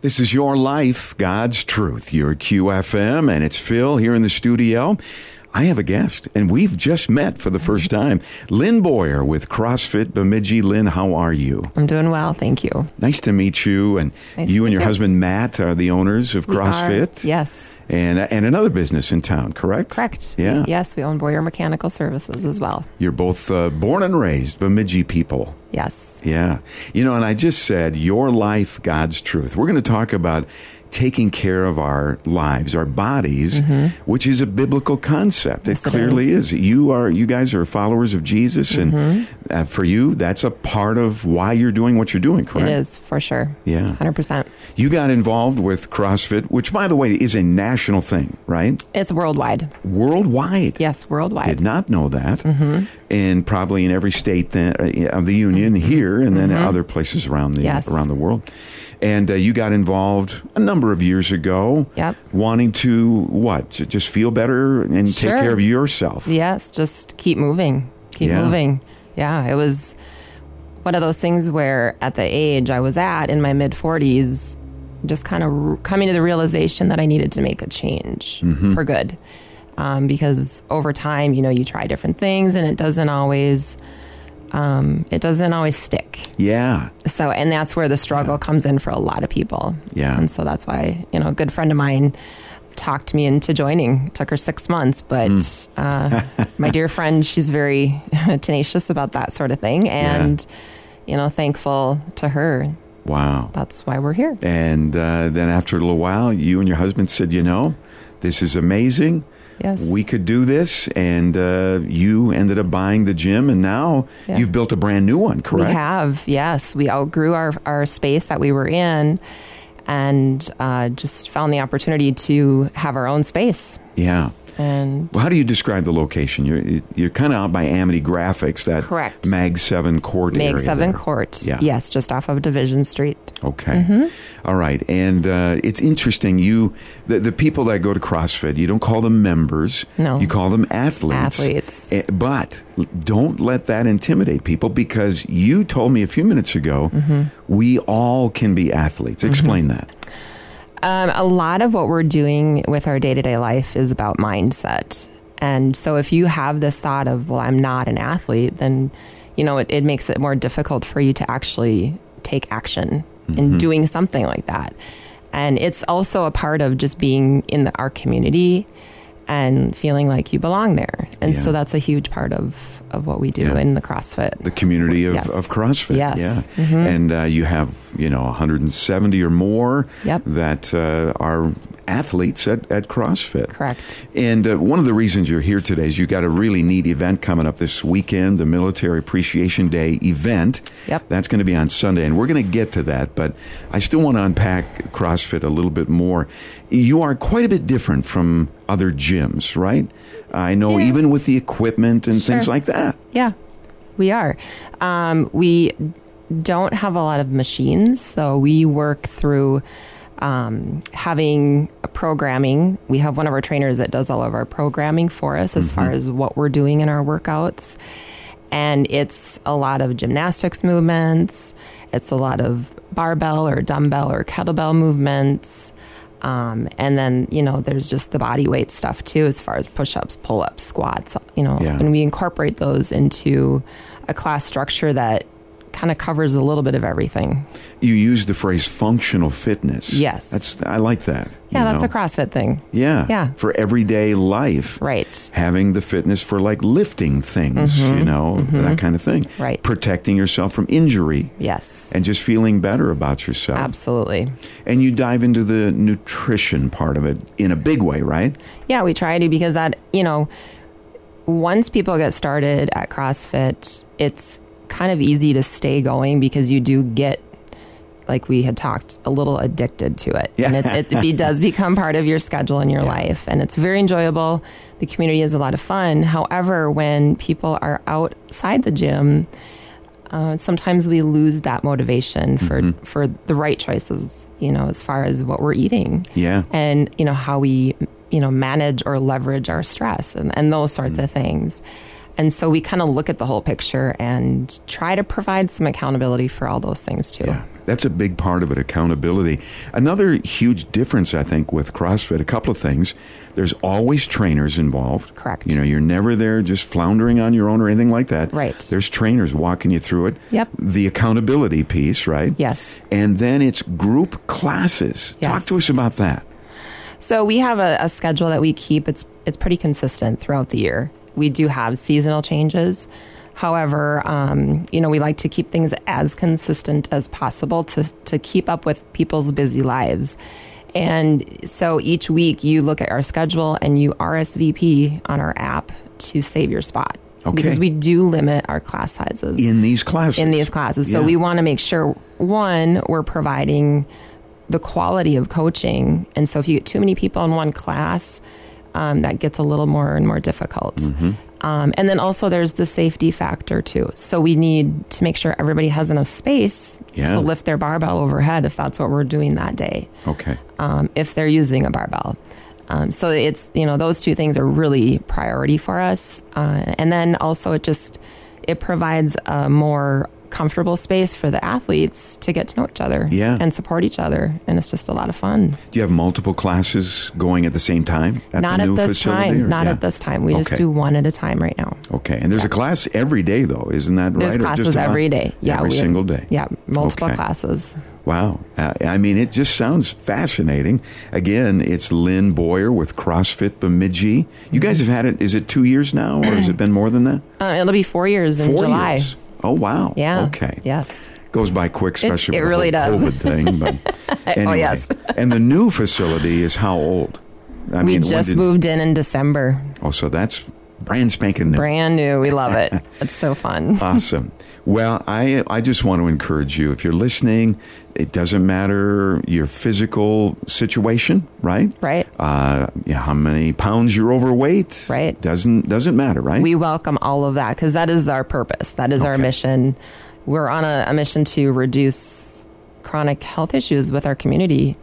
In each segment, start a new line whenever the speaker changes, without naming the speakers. This is Your Life, God's Truth, your QFM, and it's Phil here in the studio. I have a guest, and we've just met for the first time. Lynn Boyer with CrossFit Bemidji. Lynn, how are you?
I'm doing well, thank you.
Nice to meet you. And
Nice to
you and
meet
your
you.
husband, Matt, are the owners of
We are-
CrossFit.
yes.
And, and another business in town, correct?
Correct.
Yeah.
We- yes, we own Boyer Mechanical Services as well.
You're both uh, born and raised Bemidji people.
Yes.
Yeah. You know, and I just said, Your Life, God's Truth. We're going to talk about taking care of our lives, our bodies, which is a biblical concept.
Mm-hmm. Yes,
it
it
clearly is. You are you guys are followers of Jesus and
Mm-hmm.
uh, for you that's a part of why you're doing what you're doing, correct?
It is for sure.
Yeah.
100%.
You got involved with CrossFit, which by the way is a national thing, right?
It's worldwide.
Worldwide.
Yes,
Did
worldwide.
not know that,
Mm-hmm.
and probably in every state then, uh, of the union here, and then other places around the
Mm-hmm. Yes.
around the world. And uh, you got involved a number of years ago.
Yep.
Wanting to what? To Just feel better and
Sure.
take care of yourself.
Yes, just keep moving. Keep
Yeah.
moving. Yeah, it was one of those things where at the age I was at in my mid 40s, just kind of r- coming to the realization that I needed to make a change for good. Um, because over time, you know, you try different things and it doesn't always, um, it doesn't always stick.
Yeah.
So, and that's where the struggle comes in for a lot of people.
Yeah.
And so that's why, you know, a good friend of mine talked me into joining. Took her six months, but
Hmm.
uh, my dear friend, she's very tenacious about that sort of thing. And, you know, thankful to her.
Wow.
That's why we're here.
And uh, then after a little while, you and your husband said, "You know, this is amazing.
Yes.
We could do this." And uh, you ended up buying the gym, and now
Yeah.
you've built a brand new one, correct?
We have, yes. We outgrew our, our space that we were in and uh, just found the opportunity to have our own space.
Yeah.
And
Well, how do you describe the location? You're you're kind of out by Amity Graphics, that
Correct.
Mag Seven Court area.
Meg Seven
there.
Court.
Yeah.
Yes, just off of Division Street.
Okay. All right. And uh, it's interesting. You the, the people that go to CrossFit, you don't call them members.
No.
You call them athletes.
Oh. Athletes.
Eh, But don't let that intimidate people because you told me a few minutes ago we all can be athletes. Explain that.
Um, a lot of what we're doing with our day to day life is about mindset. And so if you have this thought of, well, I'm not an athlete, then, you know, it, it makes it more difficult for you to actually take action
Mm-hmm.
in doing something like that. And it's also a part of just being in the, our community and feeling like you belong there. And so
Yeah.
that's a huge part of, of what we do
Yeah.
in the CrossFit.
The community of,
Yes.
of CrossFit.
Yes. Mm-hmm.
Yeah. And uh, you have, you know, 170 or more
Yep.
that uh, are athletes at, at CrossFit.
Correct.
And uh, one of the reasons you're here today is you've got a really neat event coming up this weekend, the Military Appreciation Day event.
Yep.
That's going to be on Sunday, and we're going to get to that, but I still want to unpack CrossFit a little bit more. You are quite a bit different from other gyms, right? I know
Yeah.
even with the equipment and
Sure.
things like that.
Yeah, we are. Um, we don't have a lot of machines, so we work through um, having programming. We have one of our trainers that does all of our programming for us as far as what we're doing in our workouts. And it's a lot of gymnastics movements, it's a lot of barbell or dumbbell or kettlebell movements. Um, and then, you know, there's just the body weight stuff too, as far as push ups, pull ups, squats, you know,
Yeah.
and we incorporate those into a class structure that kind of covers a little bit of everything.
You use the phrase functional fitness.
Yes.
That's I like that.
Yeah,
you
that's
know?
a CrossFit thing.
Yeah.
Yeah.
For everyday life.
Right.
having the fitness for like lifting things,
Mm-hmm.
you know, that kind of thing.
Right.
Protecting yourself from injury
Yes.
and just feeling better about yourself.
Absolutely.
And you dive into the nutrition part of it in a big way, right?
Yeah, we try to because that, you know, once people get started at CrossFit, it's kind of easy to stay going because you do get like we had talked a little addicted to it
Yeah.
and it, it be, does become part of your schedule in your
Yeah.
life and it's very enjoyable the community is a lot of fun however when people are outside the gym uh, sometimes we lose that motivation for
Mm-hmm.
for the right choices you know as far as what we're eating
Yeah.
and you know how we you know manage or leverage our stress and, and those sorts of things And so we kind of look at the whole picture and try to provide some accountability for all those things too.
Yeah, that's a big part of it accountability. Another huge difference, I think, with CrossFit, a couple of things. There's always trainers involved.
Correct.
You know, you're never there just floundering on your own or anything like that.
Right.
There's trainers walking you through it.
Yep.
The accountability piece, right?
Yes.
And then it's group classes.
Yes.
Talk to us about that.
So we have a, a schedule that we keep. It's it's pretty consistent throughout the year. We do have seasonal changes. However, um, you know, we like to keep things as consistent as possible to to keep up with people's busy lives. And so each week you look at our schedule and you RSVP on our app to save your spot.
Okay.
Because we do limit our class sizes
In these classes.
in these classes. So
Yeah.
we want to make sure one, we're providing the quality of coaching, and so if you get too many people in one class, um, that gets a little more and more difficult.
Mm-hmm.
Um, and then also there's the safety factor too. So we need to make sure everybody has enough space
Yeah.
to lift their barbell overhead if that's what we're doing that day
Okay.
um, if they're using a barbell. Um, so it's you know those two things are really priority for us, uh, and then also it just it provides a more comfortable space for the athletes to get to know each other
Yeah.
and support each other, and it's just a lot of fun.
Do you have multiple classes going at the same time at
not
the new
at this
facility?
time,
or-
not
yeah.
at this time. We just
Okay.
do one at a time right now.
Okay, and there's a class every day, though, isn't that
There's
right? Or just
classes
about-
every day. Yeah,
every
we-
single day.
Yeah, multiple
Okay.
classes.
Wow. Uh, I mean, it just sounds fascinating. Again, it's Lynn Boyer with CrossFit Bemidji. You guys have had it. Is it two years now, or has it been more than that?
Uh, it'll be four years in
Four
July.
years. Oh wow.
Yeah.
Okay.
Yes.
Goes by quick, especially
it
with
really
the whole
does. Oh,
COVID thing. But anyway.
yes.
and the new facility is how old? I
we
mean, when
just
did-
moved in in December.
Oh, so that's brand spanking new.
Brand new. We love it. it's so fun.
Awesome. Well, I I just want to encourage you. If you're listening, it doesn't matter your physical situation, right?
Right.
Uh, yeah, how many pounds you're overweight?
Right.
Doesn't doesn't matter, right?
we welcome all of that because that is our purpose. That is our
Okay.
mission. We're on a, a mission to reduce chronic health issues with our community,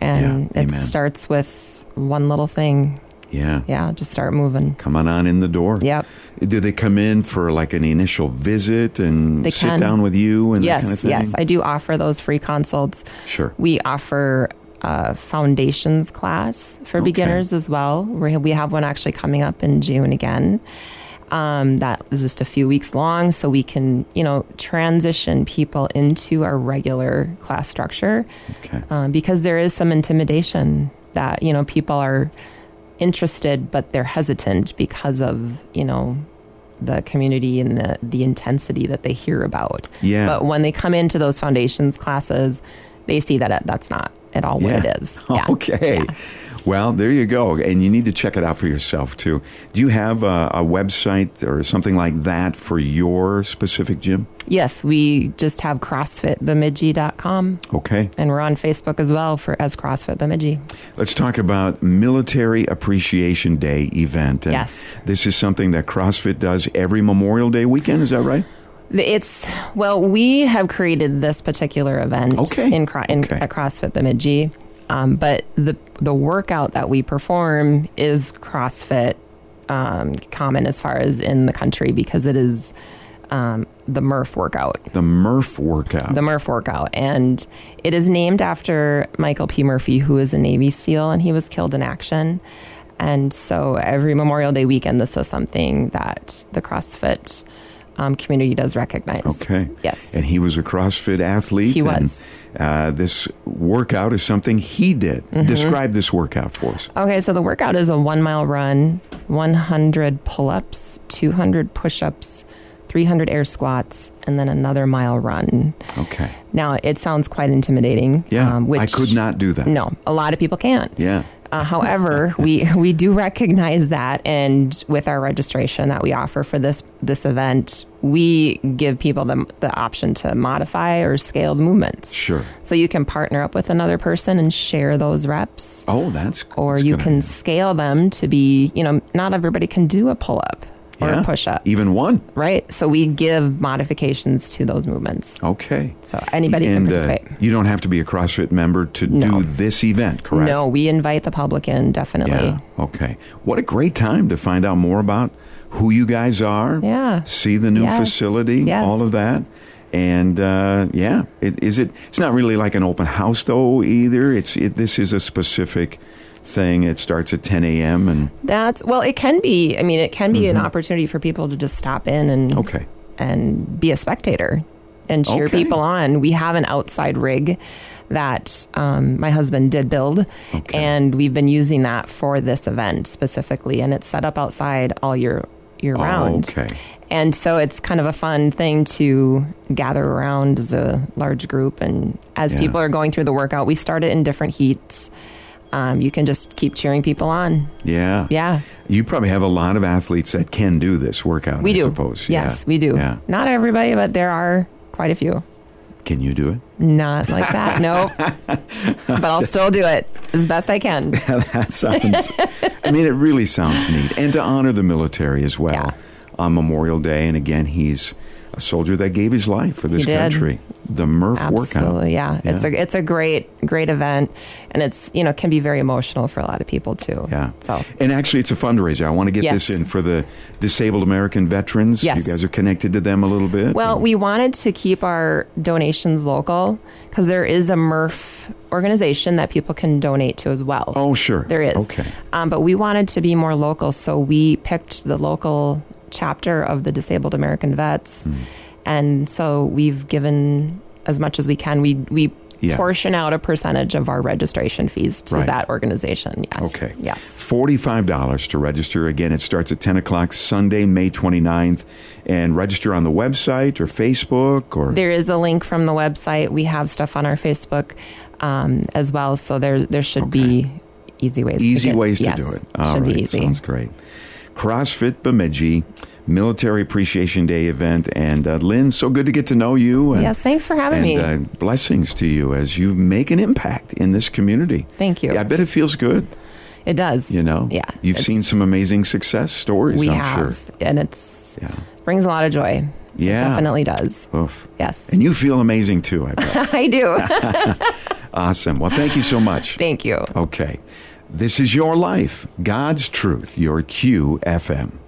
and
Yeah,
it
amen.
starts with one little thing.
yeah.
Yeah, just start moving.
Come on on in the door.
Yep.
Do they come in for like an initial visit and
They
sit
can.
down with you and that
yes,
kind of thing?
yes, I do offer those free consults.
sure.
We offer a foundations class for
Okay.
beginners as well. We we have one actually coming up in June again. Um, that is just a few weeks long, so we can you know transition people into our regular class structure
Okay.
um, because there is some intimidation that you know people are interested but they're hesitant because of you know the community and the the intensity that they hear about
Yeah.
but when they come into those foundations classes they see that it, that's not at all what
Yeah.
it is yeah
Okay. Well, there you go. And you need to check it out for yourself, too. Do you have a, a website or something like that for your specific gym?
yes we just have crossfitbemidji.com
Okay.
and we're on facebook as well for as crossfit bemidji
Let's talk about Military Appreciation Day event. And
Yes.
This is something that CrossFit does every Memorial Day weekend. Is that right?
It's well, we have created this particular event
Okay.
in, cro- in
Okay.
at CrossFit Bemidji, um, but the the workout that we perform is CrossFit um, common as far as in the country because it is um, the Murph workout,
The Murph workout.
the Murph workout, and it is named after Michael P. Murphy, who is a Navy SEAL and he was killed in action. And so every Memorial Day weekend, this is something that the CrossFit um, community does recognize.
okay.
Yes.
And he was a CrossFit athlete.
He
and,
was.
uh, this workout is something he did.
Mm-hmm.
Describe this workout for us.
Okay, so the workout is a one mile run, 100 pull ups, 200 push ups, 300 air squats, and then another mile run.
Okay.
Now, it sounds quite intimidating.
Yeah.
um, which,
I could not do that.
No, a lot of people can't.
Yeah.
Uh, however, we we do recognize that, and with our registration that we offer for this this event, we give people the the option to modify or scale the movements.
Sure.
So you can partner up with another person and share those reps
Oh, that's
or
that's
you
good
can
idea.
scale them to be, you know, not everybody can do a pull up. or
Yeah.
a push up,
Even one.
right? So we give modifications to those movements.
Okay.
So anybody
and,
can
uh,
participate.
you don't have to be a CrossFit member to
No.
do this event, correct?
No, we invite the public in definitely.
Yeah. Okay. What a great time to find out more about who you guys are.
Yeah.
See the new
Yes.
facility.
Yes.
All of that. And uh, yeah, it, is it? It's not really like an open house though either. It's it, this is a specific thing. It starts at 10 a.m. and
That's well, it can be. I mean, it can be an opportunity for people to just stop in and
Mm-hmm. okay.
and be a spectator and cheer
Okay.
people on. We have an outside rig that um, my husband did build,
Okay.
and we've been using that for this event specifically. And it's set up outside all year year round.
Oh, Okay.
And so it's kind of a fun thing to gather around as a large group. And as
Yeah.
people are going through the workout, we start it in different heats. Um, you can just keep cheering people on.
Yeah.
Yeah,
You probably have a lot of athletes that can do this workout.
we
I
do.
Suppose.
Yes,
Yeah.
we do.
Yeah.
Not everybody, but there are quite a few.
Can you do it?
Not like that. nope. But I'll still do it as best I can.
that sounds. I mean, it really sounds neat, and to honor the military as well
Yeah.
on Memorial Day. And again, he's a soldier that gave his life for this
did.
country. The Murph workout.
Absolutely. Yeah. It's
Yeah.
a it's a great great event and it's, you know, can be very emotional for a lot of people too.
Yeah.
So,
And actually, it's a fundraiser. I want to get
Yes.
this in for the disabled American veterans.
Yes.
You guys are connected to them a little bit.
well, we wanted to keep our donations local cuz there is a MRF organization that people can donate to as well.
oh, sure.
There is.
Okay.
Um, but we wanted to be more local, so we picked the local chapter of the Disabled American Vets,
Hmm.
and so we've given as much as we can. We we
Yeah.
portion out a percentage of our registration fees to
Right.
that organization. Yes.
Okay.
Yes.
$45 to register. Again, it starts at 10 o'clock Sunday, May 29th. And register on the website or Facebook or.
There is a link from the website. We have stuff on our Facebook um, as well, so there there should be easy ways.
easy
to get,
ways to
yes,
do it.
Should
All right,
be easy.
sounds great. CrossFit Bemidji Military Appreciation Day event, and uh, Lynn, so good to get to know you. And,
Yes. Thanks for having
and,
me.
Uh, blessings to you as you make an impact in this community.
Thank you.
Yeah, I bet it feels good.
it does.
You know,
Yeah,
you've seen
it's-
some amazing success stories.
we
I'm
have,
sure.
and it's
Yeah,
brings a lot of joy.
yeah,
Definitely does.
Oof.
Yes.
And you feel amazing too. I bet.
I do.
awesome. Well, thank you so much.
Thank you.
Okay, this is your life, God's truth, your QFM.